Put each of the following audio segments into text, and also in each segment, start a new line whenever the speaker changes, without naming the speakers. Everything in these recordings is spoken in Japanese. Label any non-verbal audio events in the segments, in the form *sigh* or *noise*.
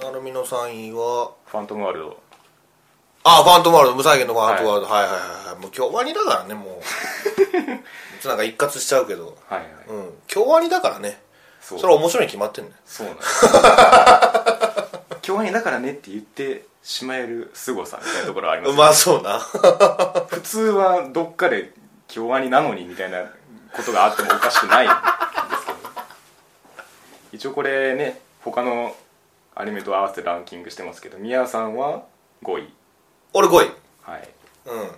なるみの3位は
ファントムワールド
あファントムワールド無再現のファントムワールド、はい、はいはいはいもう京アニだからね *laughs* もうなんか一括しちゃうけど
はいはい、
うん京アニだからね
そ
それは面白いに決まってんね
そう
*laughs*
なんです共演だからねって言ってしまえる凄さみたいなところはあります、ね、
まあそうな *laughs*
普通はどっかで京アニなのにみたいなことがあってもおかしくないんですけど一応これね他のアニメと合わせてランキングしてますけど宮さんは5位
俺5位
はい
うん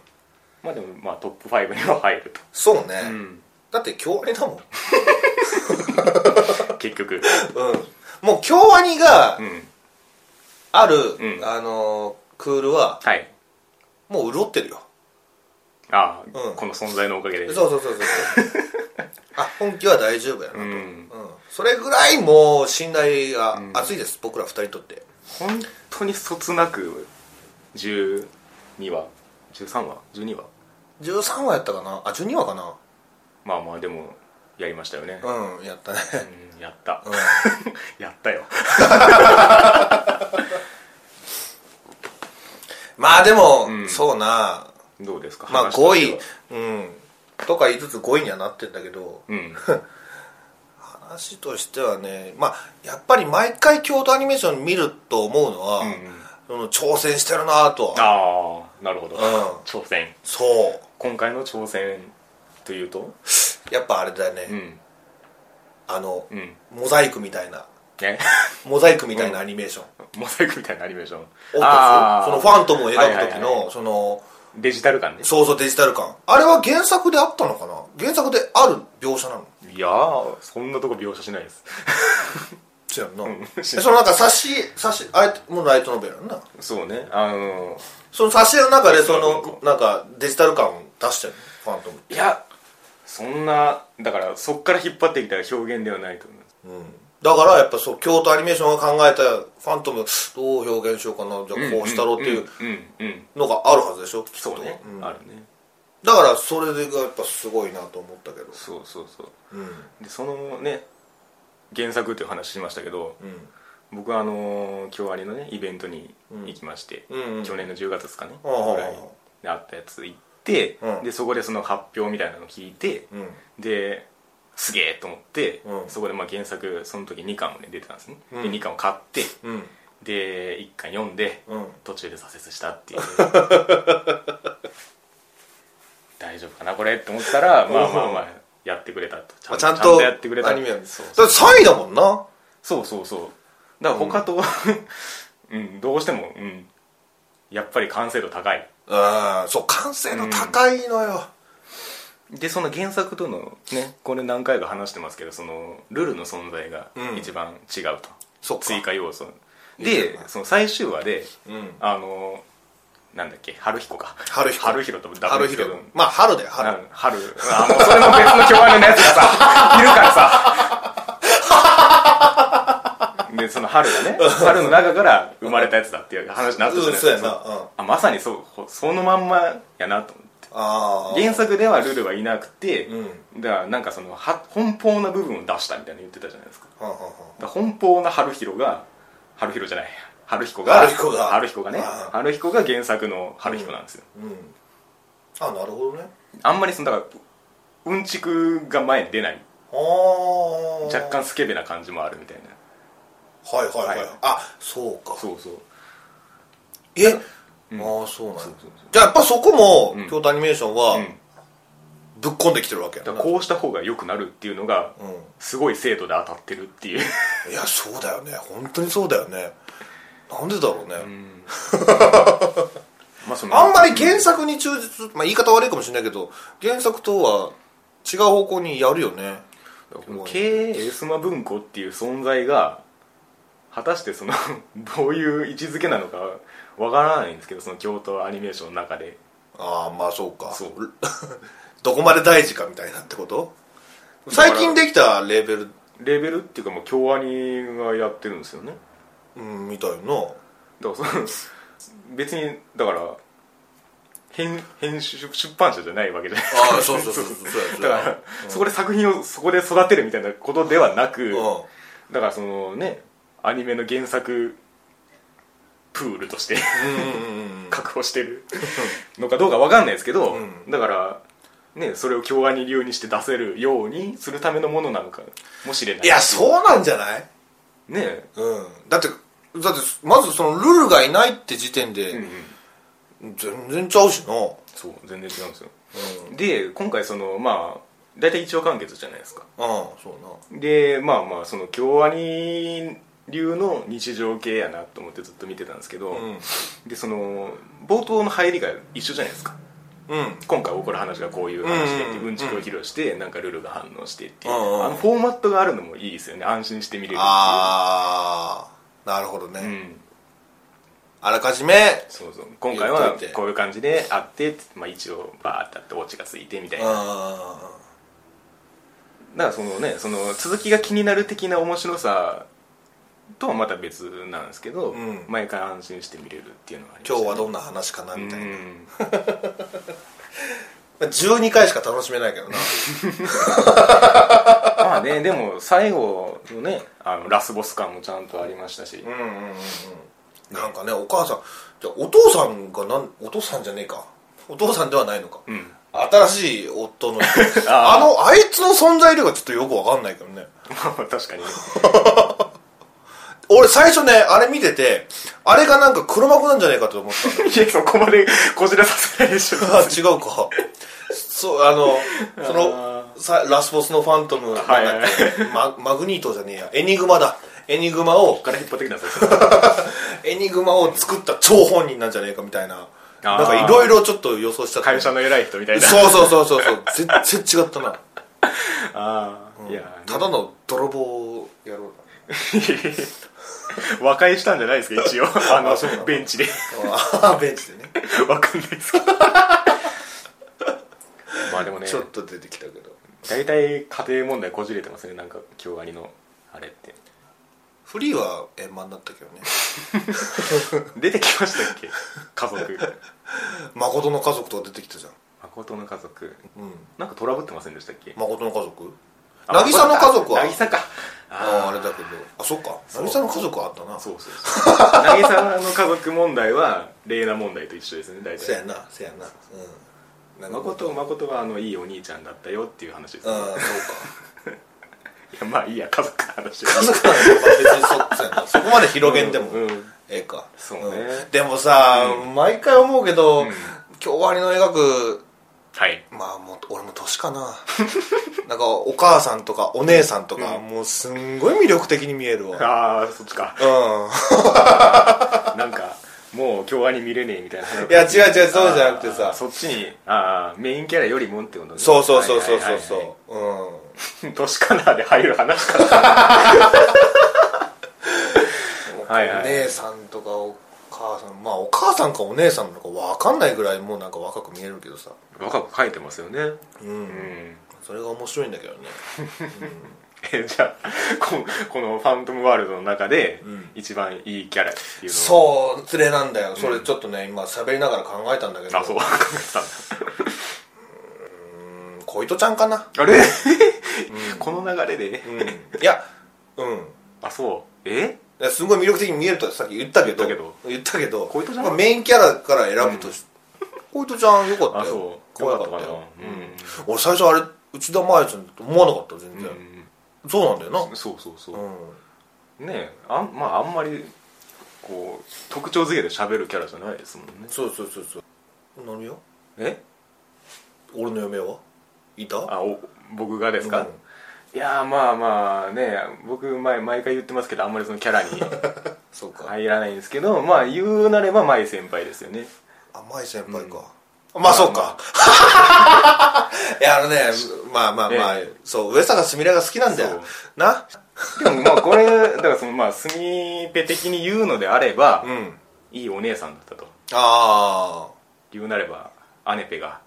まあでもまあトップ5には入ると、
そうね、だって京アニだもん
結局
うんもう京アニが
うん
ある、
うん
あのークールは
はい
もう潤ってるよ
ああ、
うん
この存在のおかげで
そうそうそうそうそう *laughs* あ本気は大丈夫やなと、
う
うん
ん
それぐらいもう信頼が厚いです、僕ら二人にとって
本当にそつなく12話13話12話
13話やったかなあ12話かな
まあまあでもやりましたよね、
うんやったね *laughs*
うんやった、
うん
*laughs* やったよ
まあでも、
うん
そうな
どうですか
まあ
話と
5
し
位
ては
うんとか言いつつ5位にはなってんだけど
うん
話としてはねまあやっぱり毎回京都アニメーション見ると思うのは、
うんうん
その挑戦してるなぁとは
ああなるほど、
うん
挑戦
そう
今回の挑戦というと
やっぱあれだよね、
うん
あの、
うん
モザイクみたいな
ね *laughs*
モザイクみたいなアニメーション、
モザイクみたいなアニメーション
あそのファントムを描く時の、
はいはい
その
デジタル感ね
想像デジタル感あれは原作であったのかな原作である描写なの
いやーそんなとこ描写しないです
違うの、
ん
えそのなんか差し差しあれもうライトノベルやんな
そうねあのー
その差し絵の中でそ
そうそう
のなんかデジタル感を出してるファントム
いやそんなだからそっから引っ張ってきた表現ではないと思う
だからやっぱそう京都アニメーションが考えたファントムどう表現しようかなじゃあこうしたろうっていう
うんうん、うん、
のがあるはずでしょきっと
そうね、
うん
あるね
だからそれがやっぱすごいなと思ったけど
そうそうそう
うんうん
でそのね原作っていう話しましたけど僕はあのー京アニのねイベントに行きまして、
うんうん
去年の10月ですかね、
ああ
ぐらいであったやつ行って、
うん
でそこでその発表みたいなの聞いて、
うん
ですげえと思って、
うん
そこでまあ原作その時2巻もね出てたんですね、
うん
で2巻を買って
うん
で1巻読んで、
うん
途中で挫折したっていう *laughs* 大丈夫かなこれって思っ
*laughs*
たらまあまあまあやってくれたとち
まあちゃん
ちゃん
と
とやってくれた
アニメなんです
そう
だ
そう
って3位だもんな
そうそうそうだから他と、 *laughs* うんどうしても、うん、やっぱり完成度高い
ああそう完成度高いのよ
でその原作とのねこれ何回か話してますけどそのルールの存在が
うん
一番違うと、
そっか
追加要素
いい
で
かな
その最終話で
うん
あのなんだっけ春彦か
春彦
春彦とダブル
春
ですけど
広まあ春だよ
あ
春
の春あのそれも別の共演のやつがさいるからさでその春がね春の中から生まれたやつだっていう話になってたじ
う
ゃなんいです
そう
か
やなうん
あまさにそうほそのまんまやなと思って
ああ
原作ではルルはいなくて、
うん
だからなんかそのは奔放な部分を出したみたいなの言ってたじゃないですか
はんはんはん
だから奔放な春広が春広じゃない春彦が
春彦が
春彦がね
ああ
春彦が原作の春彦なんですよ、
うんあなるほどね
あんまりそのだからうんちくが前に出ない
ああ
若干スケベな感じもあるみたいな
はいはいは
はい
いあそうか
そうそう
えああそうなんだ
そうそう
じゃあやっぱそこも
うん
京都アニメーション
う
は
ん
ぶっ込んできてるわけや
だ
な
からこうした方が良くなるっていうのが
う
すごい生徒で当たってるっていう、
んいやそうだよね本当にそうだよねなんでだろうね、
*laughs* まあその
あんまり原作に忠実、まあ、言い方悪いかもしれないけど原作とは違う方向にやるよね
この経営エスマ文庫っていう存在が果たしてその *laughs* どういう位置づけなのかわからないんですけどその京都アニメーションの中で
ああまあそうか
そう
どこまで大事かみたいなってこと最近できたレーベル、
レベルっていうかもう京アニがやってるんですよね
うん、みたいの
だから
*laughs*
その別にだから編編集出版社じゃないわけじゃない
ああそうそうそうそうそうや
だ
そう
か
や
ら、そこで作品をそこで育てるみたいなことではなく、
うん
だからそのねアニメの原作プールとして
うんうんうん
確保してるのかどうかわかんないですけど、
うん
だからねそれを京アニ流にして出せるようにするためのものなのかもしれない
いやそうなんじゃない
ね
うんだってだってまずそのルルがいないって時点
え、うんう
で
ん
全然ちゃうしな
そう全然違うんですよ、で今回そのまあ大体一応完結じゃないですか
うんそうな
でまあまあその京アニ流の日常系やなと思ってずっと見てたんですけど、
う
でその冒頭の入りが一緒じゃないですか
んうん
今回起こる話がこういう話でって
うん
うんちくを披露してなんかルルが反応してっていう
うんうん
あのフォーマットがあるのもいいですよね安心して見れるって
ああなるほどね、
いううん
あらかじめ
そうそう今回は
言っといて
こういう感じであって、まあ、一応バーってあってオチがついてみたいなだ
う
からそのねその続きが気になる的な面白さとはまた別なんですけど、
うん
毎回安心して見れるっていうのはありま
今
したね
日はどんな話かなみたいな、
うん
まあ12回しか楽しめないけどな
まあねでも最後のねあのラスボス感もちゃんとありましたし、
うんうんうんうんなんかねお母さんじゃあお父さんがなんお父さんじゃねえかお父さんではないのか、
うん
新しい夫の人
*laughs* あー
あのあいつの存在量がちょっとよくわかんないけどね
まあ *laughs* 確かにね
俺最初ねあれ見ててあれがなんか黒幕なんじゃねえかと思ったんだ
いや、そこまでこじらさせないでしょ。
*laughs* あ違うかそうあのそ
あ
のさラスボスのファントムなん
はいはい
だっけママグニートじゃねえやエニグマだエニグマを
から引っ張ってきたんです
エニグマを作った張本人なんじゃねえかみたいな
あー
なんかいろいろちょっと予想しちゃった
会社の偉い人みたいな。
そうそうそうそうそう全然違ったな
ああ、いや、
ただの泥棒野郎
和解したんじゃないですか、一応。あ
あそうな
の、
の
ベンチで。 *laughs*
だあーベンチでね
わかんないですけど。まあでもね
ち、ょっと出てきたけど
大体家庭問題こじれてますね、なんか、京アニの、あれって。
フリーは円満だったけどね
出てきましたっけ家族。
*laughs* 誠の家族とか出てきたじゃん
誠の家族。
うん
なんかトラブってませんでしたっけ
誠の家族
あ
渚の家族は
渚か。
あああれだけどあそっか
そう
渚の家族はあったな
そうそうそう渚の家族問題は玲奈問題と一緒ですね大
そや
体
なそやなうんなんか
誠誠はあのいいお兄ちゃんだったよっていう話です、
う
ね、
んそうか
*laughs* いやまあいいや家族の話
家
は
族なんてまあ別にそ *laughs* そうやなそこまで広げんでも
うんうん
ええか
そうね
んでもさ毎回思うけど
うん
今日割の描く
はい
まあもう俺も年かな *laughs* なんかお母さんとかお姉さんとか
うん
もうすんごい魅力的に見える
*laughs*
わ
ああそっちか
うん
なんかもう京アニ見れねえみたいない
や違う違うそうじゃなくてさ
そっちにああメインキャラよりもってことね
そうそうそうそうそう
はいはい *laughs* は
そううん
いはい年かなで入る話かなはいはい
お姉さんとかお母さんまあお母さんかお姉さんなのか分かんないぐらいもうなんか若く見えるけどさ
若く書いてますよね
うん、
うん
それが面白いんだけどね
えじゃあここの「ファントムワールド」の中で
うん
一番いいキャラっていうのを
そう連れなんだよそれちょっとね、今喋りながら考えたんだけど
あそう考えたん
うん小糸ちゃんかな
*laughs* だあれ、この流れで、
うんいやうん
あそうえ
いやすごい魅力的に見えるとはさっき言ったけど
言ったけど
言ったけど
小糸ちゃん
まあ、メインキャラから選ぶとし、小糸ちゃんよか
あ
ったよ可
そうよ
愛
かったかな
よ
う
俺最初あれ内田真礼ちゃんだと思わなかった全
ん、
然、
う
そうなんだよ
ん、そうそうそう
な、うん
ねえあんまああんまりこう特徴づけて喋るキャラじゃないですもんね
そうそうそうそう何よ
え
俺の嫁はいた
あお僕がですか、
うん
いやーまあまあね僕前毎回言ってますけどあんまりそのキャラに
そうか、
入らないんですけどまあ言うなれば舞先輩ですよね
甘い先輩か、まあそうか、 *laughs* いやあのねまあまあまあ、
ええ
そう上坂すみれが好きなんだよな
でもまあこれだからそのまあスミペ的に言うのであれば、
うん
いいお姉さんだったと
あ
言うなれば姉ペが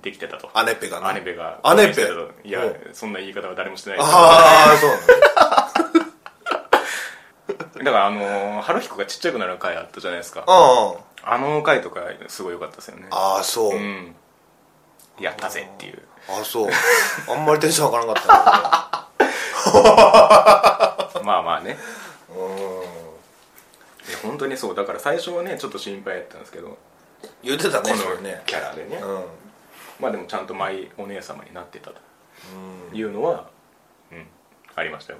できてたと
あアネペがな
姉ペが
アネペ
できてたといや
うん
そんな言い方は誰もしてないです
ああそうなんだ
だからあのー春彦がちっちゃくなる回あったじゃないですか
うん
あの回とかすごい良かったですよね
ああそう、
うんやったぜっていう
あそうあんまりテンション上がらなか
まあまあね
ったなうん
本当にそうだから最初はねちょっと心配やったんですけど
言ってたね
この
それね
キャラでね
うん
まあでもちゃんと舞お姉様になってたというのは、うん、ありましたよ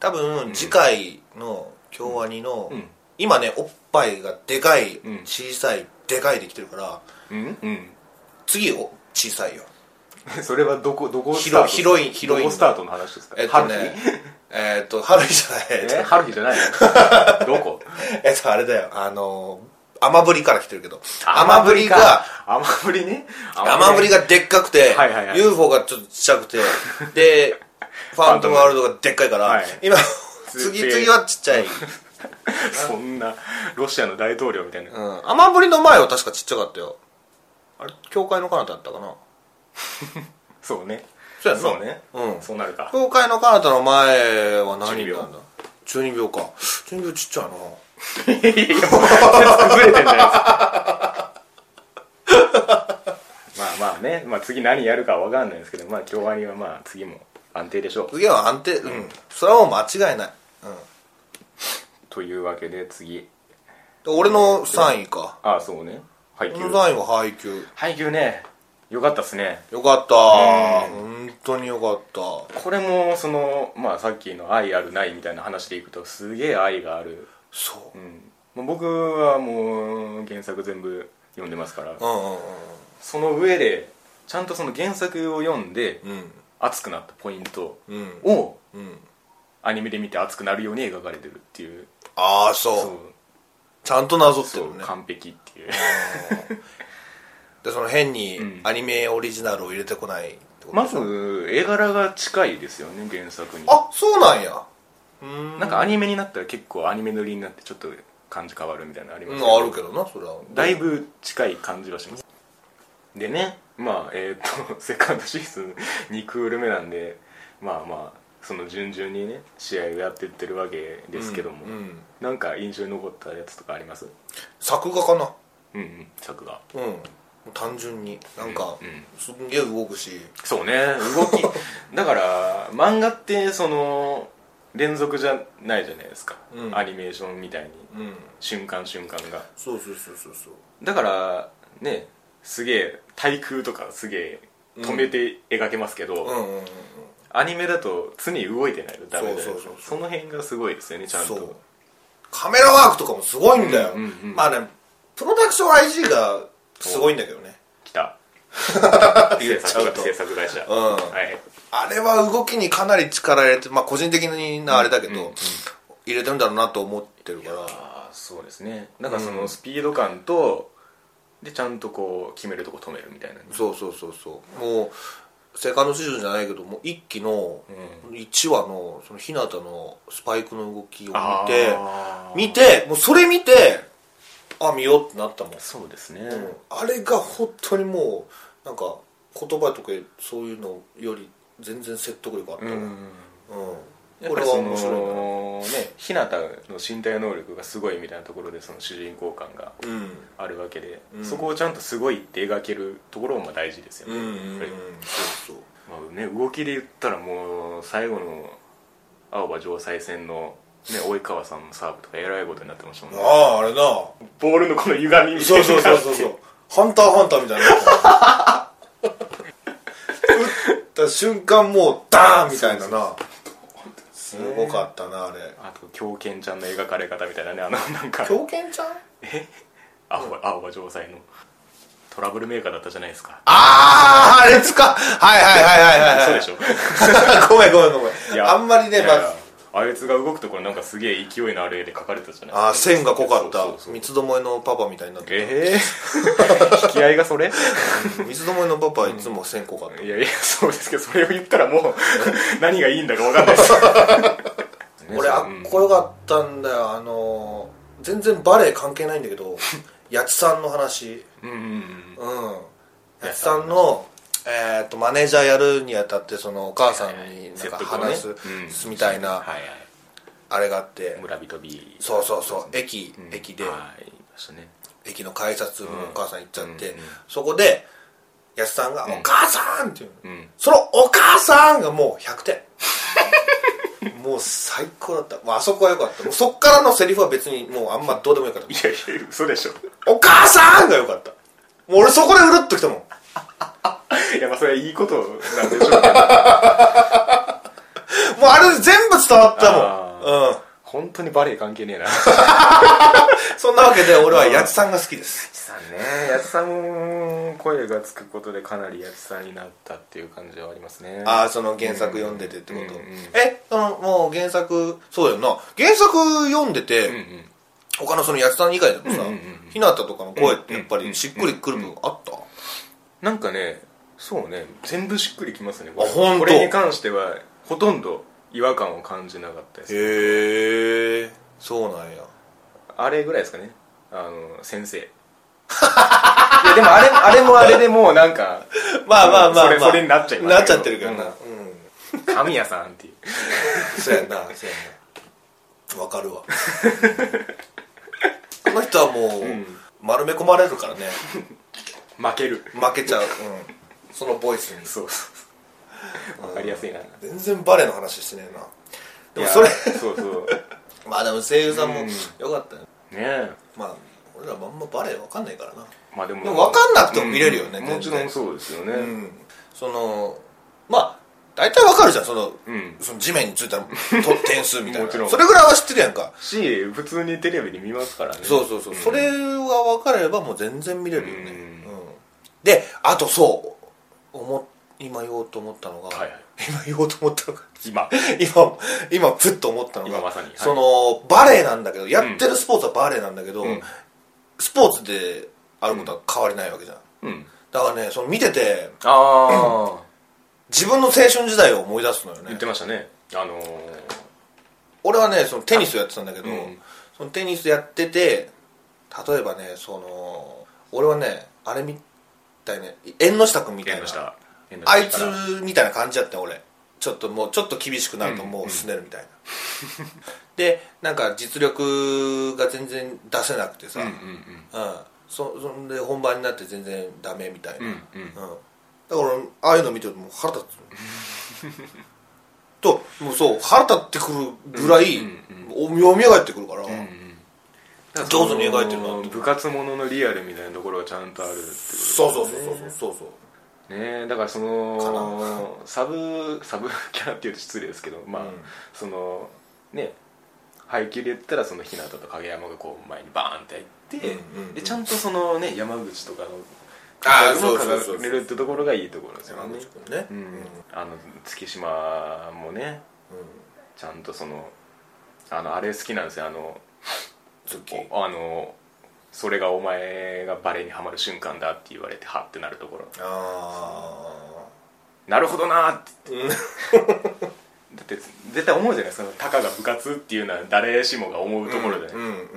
多分次回の京アニの、
うん
今ねおっぱいがでかい、
うん
小さいでかいできてるから
うんうん
次お小さいよ
*laughs* それはどこどこスタート
広い広い広い
どこスタートの話ですか
えっとねえっと春日じゃないえ
春
っ
日
と
え春日じゃない *laughs* のどこ
えっとあれだよあのー雨降りから来てるけど雨
ぶ
降
り
りが
雨降りね
雨降り
が
がでっかくて、
はいはいはい
UFO がちょっとちっちゃく
*laughs*
てでファントムワールドがでっかいから、
はい
今
つ
次次はちっち
*laughs*
ゃい、うん、
そんなロシアの大統領みたいな
雨降りの前は確かちっちゃかったよあれ教会の彼方だったかな
そうね
そうやんな
そうね
うん
そうなるか
教会の彼方の前は何
12秒
なんだ12秒か12秒ちっちゃいな
崩れてんじゃないですか *laughs* まあまあね、まあ、次何やるかは分かんないですけどまあ京アニはまあ次も安定でしょう
次は安定うんそれはもう間違いない、うん、
というわけで次
で俺の3位か
ああそうね配
俺
給
の3位は配給
配給ねよかったっすね
よかった本当によかった
これもそのまあさっきの愛あるないみたいな話でいくとすげえ愛がある、
そううん
まあ、僕はもう原作全部読んでますから
うんうん
その上でちゃんとその原作を読んで
うん
熱くなったポイント
うんうん
を
うん
アニメで見て熱くなるように描かれてるっていう
ああそうちゃんとなぞって
そう
るね
完璧っていう
でその変に
うん
アニメオリジナルを入れてこないってこと
*laughs* まず絵柄が近いですよね原作に
あそうなんやうん
なんかアニメになったら結構アニメ塗りになってちょっと感じ変わるみたいなのあり
う
ます
んあるけどなそれは
だいぶ近い感じはしますでねまあえっ、と *laughs* セカンドシーズン2クール目なんでまあまあその順々にね試合をやってってるわけですけども、
うんうん
なんか印象に残ったやつとかあります
作画かな
うんうん作画
うん単純になんか、
うんうん
すんげえ動くし
そうね動
*laughs*
きだから漫画ってその連続じゃないじゃないですか、
うん
アニメーションみたいに
うん
瞬間瞬間が
そうそうそうそうそう
だからねすげえ対空とかすげえ止めて描けますけど、
うんうんうんうん
アニメだと常に動いてないとダメで
そうそうそうそう
その辺がすごいですよねちゃんと
そうカメラワークとかもすごいんだよ、
うんうんうん
まあねプロダクション IG がすごいんだけどね *laughs*
来た
言
制
っちゃう
作
と
制作会社、
うん
はい
あれは動きにかなり力入れてまあ個人的なあれだけど、
うんうん
入れてるんだろうなと思ってるから
ああそうですねなんかそうの
ん
スピード感と、でちゃんとこう決めるとこ止めるみたいなね
そうそうそうそうもうセカンドシーズンじゃないけどもう一期の1話のその日向のスパイクの動きを見て
あー
見てもうそれ見てあ見ようってなったもん、
そうですね、
うんあれが本当にもうなんか言葉とかそういうのより全然説得力あったわうん、
やっ
これ
ぱり
は
そ
面白いな
のね日向の身体能力がすごいみたいなところでその主人公感が
うん
あるわけで、
うん
そこをちゃんとすごいって描けるところも大事ですよ
う
ね、
んうん、
やっぱり
そうそう
まあね、動きで言ったらもう最後の青葉城西戦の、
*laughs*
ね、及川さんのサーブとかえらいことになってましたもんね
あああれな
ボールのこの歪みみた
そ
いうな
そうそうそうそうハンターハンターみたいな打った瞬間もうダーンみたいななすごかったなあれ
*laughs* あと狂犬ちゃんの描かれ方みたいなねあのなんか
狂犬ちゃん
青葉青葉城西のトラブルメーカーだったじゃないですか
あああれつかはいはいはいはいはい
そう
はい
でし
*laughs*
ょ
ごめんごめんごめ
い
ん
や
あんまりね
いやいや
まあ
あいつが動くところなんかすげえ勢いのある絵で描かれてたじゃない
あー線が濃かっ
そうそう
た
そう
三つどもえのパパみたいになって
ええ引き合いがそれ
た三つどもえのパパはいつも線濃かった
いやいやそうですけどそれを言ったらもう何がいいんだか分かんないです
俺あっこよかったんだよあのー全然バレエ関係ないんだけ
*laughs*
ど八千さんの話
うんうんうん
うん八千さんのえー、とマネージャーやるにあたってそのお母さんになんか話
説
す
得をねうん
みたいな
はいは
あれがあって
い村人 B
そうそうそう駅
うん
駅で
はいいましたね
駅の改札のお母さん行っちゃっ
う
て
ん
そこで安さんが「お母さん!」って言うの
うん *laughs*
そのお母さんがもう100点もう最高だった、まああそこは良かったもうそっからのセリフは別にもうあんまどうでもよかった
やいや嘘でしょ
お母さんが良かったもう俺そこでうるっときたもん
いやまあそれはいいことなんでしょうけど
もうあれ全部伝わったもんうん
本当にバレエ関係ねえな
そんなわけで俺は八千さんが好きです
さんねやつさんも声がつくことでかなりやつさんになったっていう感じはありますね
ああその原作読んでてってこと、
うんうんうん
えそのもう原作そうよな原作読んでて、
うんうん
他のその八つさん以外でもさ、
うんうんうん
ひなたとかの声ってやっぱりしっくりくる部分あった、
なんかねそうね全部しっくりきますね
あほんと
これに関してはほとんど違和感を感じなかったです
へえそうなんや
あれぐらいですかねあの先生 *laughs* いやでもあれあれもあれでもうなんか
まあまあまあ、まあ、
それそれになっちゃいますけど
なっちゃってるけどな
う
うんん、
神谷さんっていう
そうやなそうやなわかるわこの人はもう、
ん
丸め込まれるからね
負ける
負けちゃう、うん、そのボイスに
そうそうわかりやすいな
全然バレーの話してねえなでも
いや
それ
そうそう
まあでも声優さんも
うん
よかったよ、
ねえ
まあ俺らもあんまバレエわかんないからな
まあでも
でも分かんなくても見れるよね
うん
全然
もちろんそうですよね
うんそのまあ大体わかるじゃんその,、
うん
その地面についたと点数みたい
もちろ
なんそれぐらいは知ってるやんか
し普通にテレビで見ますからね
そうそうそう、
ん
それが分かればもう全然見れるよね、
う
うんんであとそう思今言おうと思ったのが、
はいはい
*laughs* 今言おうと思ったのが
今
*laughs* 今今プッと思ったのが
今まさにはい
そのバレエなんだけどやってるスポーツはバレエなんだけど、
うん
スポーツであることは変わりないわけじゃん、
うん
だからねその見てて
ああ
自分の青春時代を思い出すのよ
言
ね
ってましたねあのー
俺はねそのテニスをやってたんだけど、
うん
そのテニスやってて例えばねその俺はねあれみたいね縁の下君みたい
縁
な
の下縁の下
あい
から
つみたいな感じだったよ俺ちょっともうちょっと厳しくなるともうすねるみたいな、でなんか実力が全然出せなくてさ、
うんう
う
ん
んそそんで本番になって全然ダメみたいな、
うん
う
うんんうん
だからああいうの見てるともう腹立つともうそう腹立ってくるぐらい、
うん
お読み上がってくるから、上手に描いてるなって
部活もののリアルみたいなところがちゃんとあるってことです
そうそうそうそうそうそう
ねだからそのサブサブキャラっていうと失礼ですけどまあ、
うん
そのね配球で言ったらその日向と影山がこう前にバーンって入って、
うんうんうん
でちゃんとそのね山口とかの
あー
そう
そうそうそう
れるってところがいいところですよ
山
ね
口、君ね、
うんあの月島もねちゃんとそのあのあれ好きなんですよあの
ズッキー
おあのそれがお前がバレーにはまる瞬間だって言われてはってなるところ
あ
なるほどなーって
あ
*laughs*
うん
だって絶対思うじゃないですかたかが部活っていうのは誰しもが思うところで、
うんうん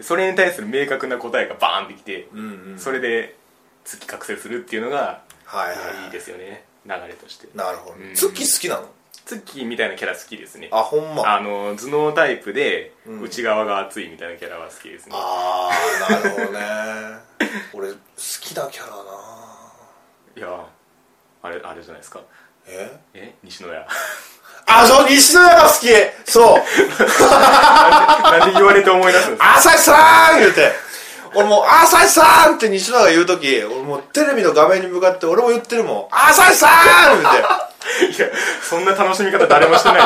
それに対する明確な答えがバーンってきて、
うんうん
それで月覚醒するっていうのが
はいはいいはい
やいいですよね流れとして
なるほど
うん
ツッキー好きなの
月みたいなキャラ好きですね
あほんま
あの頭脳タイプで
うん
内側が熱いみたいなキャラは好きですね、
ああなるほどね *laughs* 俺好きなキャラない
やあれあれじゃないですか
え
え西野屋 *laughs*
あそう西野が好きそう
なんでなんで言われて思い出すんですか *laughs*
朝日さん言うて俺もう「朝日さん!」って西野が言う時俺もうテレビの画面に向かって俺も言ってるもん「朝日さん!」言うて
いやそんな楽しみ方誰もしてな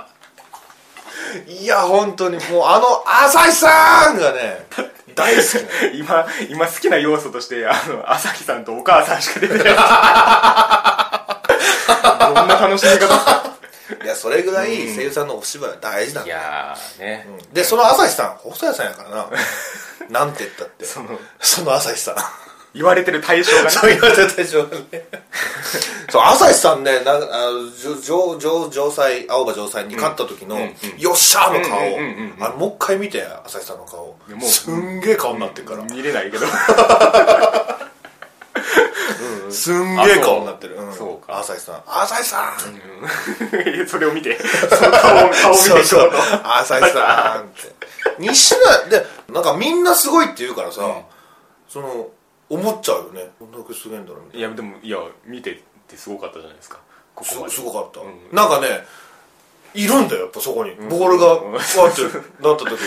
いです
いや本当にもうあの朝日さんがね大好きなの
*laughs* 今今好きな要素としてあの朝日さんとお母さんしか出てないど *laughs* んな楽しみ方
いやそれぐらい声優さんのお芝居は大事なん
い
だ、
やーね、
うんでその朝日さん細谷さんやからななんて言ったって
その
その朝日さん
言われてる対象がね
そう言われたでしょうねそう朝日さんねなんかあのじょ上上上西青葉上西に勝った時の、
うんうん
よっしゃーの顔、
うんうんうんうん
あれもう一回見て朝日さんの顔
いやもう
すんげえ顔になってるから、
*laughs* 見れないけど
すんげえ顔になってる
あそうそうか
朝日さん朝日さん
それを見てその顔を顔を見て
そうそう
今日の
朝日さんって西田でなんかみんなすごいって言うからさ、その思っちゃうよねこんだけすげえんだろみたい
いやでもいや見てってすごかったじゃないですかここま
な
です
すごかった、
うん
なんかねいるんだよやっぱそこに、ボールがわー
*laughs*
ってなった時に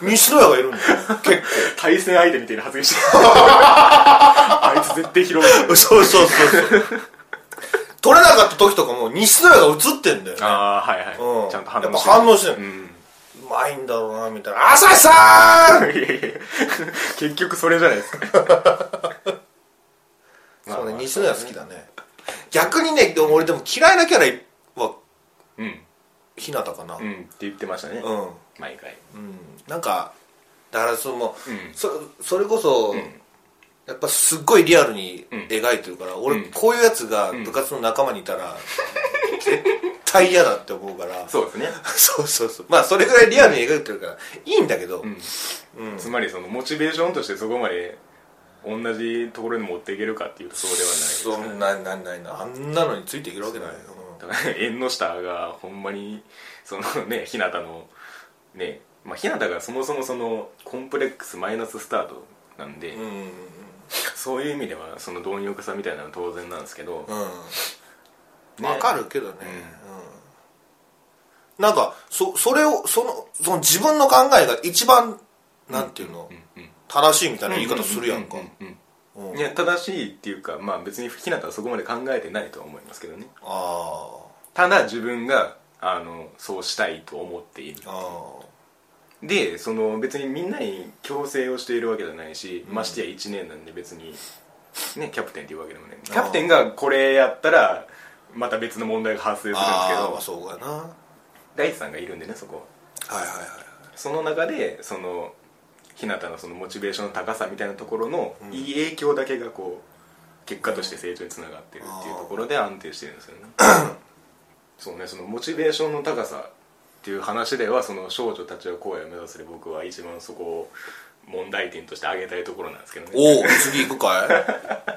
西野屋がいるんだよ結
対戦相手みたいな発 *laughs* 言してあいつ絶対拾う
構そうそうそうそう取れなかった時とかも西野屋が映ってんだよね
ああはいはい、
うん、
ちゃんと反
やっ
応
ぱ
してる
反応して
う
る、
ん
うまいんだろうなみたいな「朝日さん!
いやいやいや結局それじゃないですか」まあ
そうね
まあ
西野屋好きだね逆にねでも俺でも嫌いなキャラは
うん
日向かな
うんって言ってましたね、
うん、
毎回
うん、なんかだからその、
うん
そそれこそ、
ん
やっぱすっごいリアルに
ん
描いてるから、
う
俺
ん
こういうやつが部活の仲間にいたら、絶対嫌だって思うから
*laughs* そうですね、
*laughs* そうそうそうまあそれぐらいリアルに描いてるからいいんだけど、
うん、つまりそのモチベーションとしてそこまで同じところに持っていけるかっていうとそうではな
そ
い
んなないないなあんなのについていけるわけないよ、
だから縁の下がほんまにそのね *laughs* 日向のねまあ日向がそもそもそのコンプレックスマイナススタートなんで、
うん、うん
そういう意味ではその貪欲さみたいなのは当然なんですけど、
うん、わかるけどね、うんなんかそそれをそのその自分の考えが一番なんていうの、
うん
正しいみたいな言い方するやんか、
うんうん
うん
いや正しいっていうかまあ別に日向はそこまで考えてないとは思いますけどね
あ
ただ自分があのそうしたいと思っている
ああ
でその別にみんなに強制をしているわけじゃないし、ましてや1年なんで別に、ね、キャプテンっていうわけでもないキャプテンがこれやったらまた別の問題が発生するんで
ああまあ
すけど
そうかなはい
大地さんがいるんでねそこ
はいは *laughs*
その中でその日向のそのモチベーションの高さみたいなところのいい影響だけがこう結果として成長につながってるっていうところで安定してるんですよねそうねそのモチベーションの高さっていう話ではその少女たちは荒野を目指すで僕は一番そこを問題点として挙げたいところなんですけど
い
ね
おお次行くかい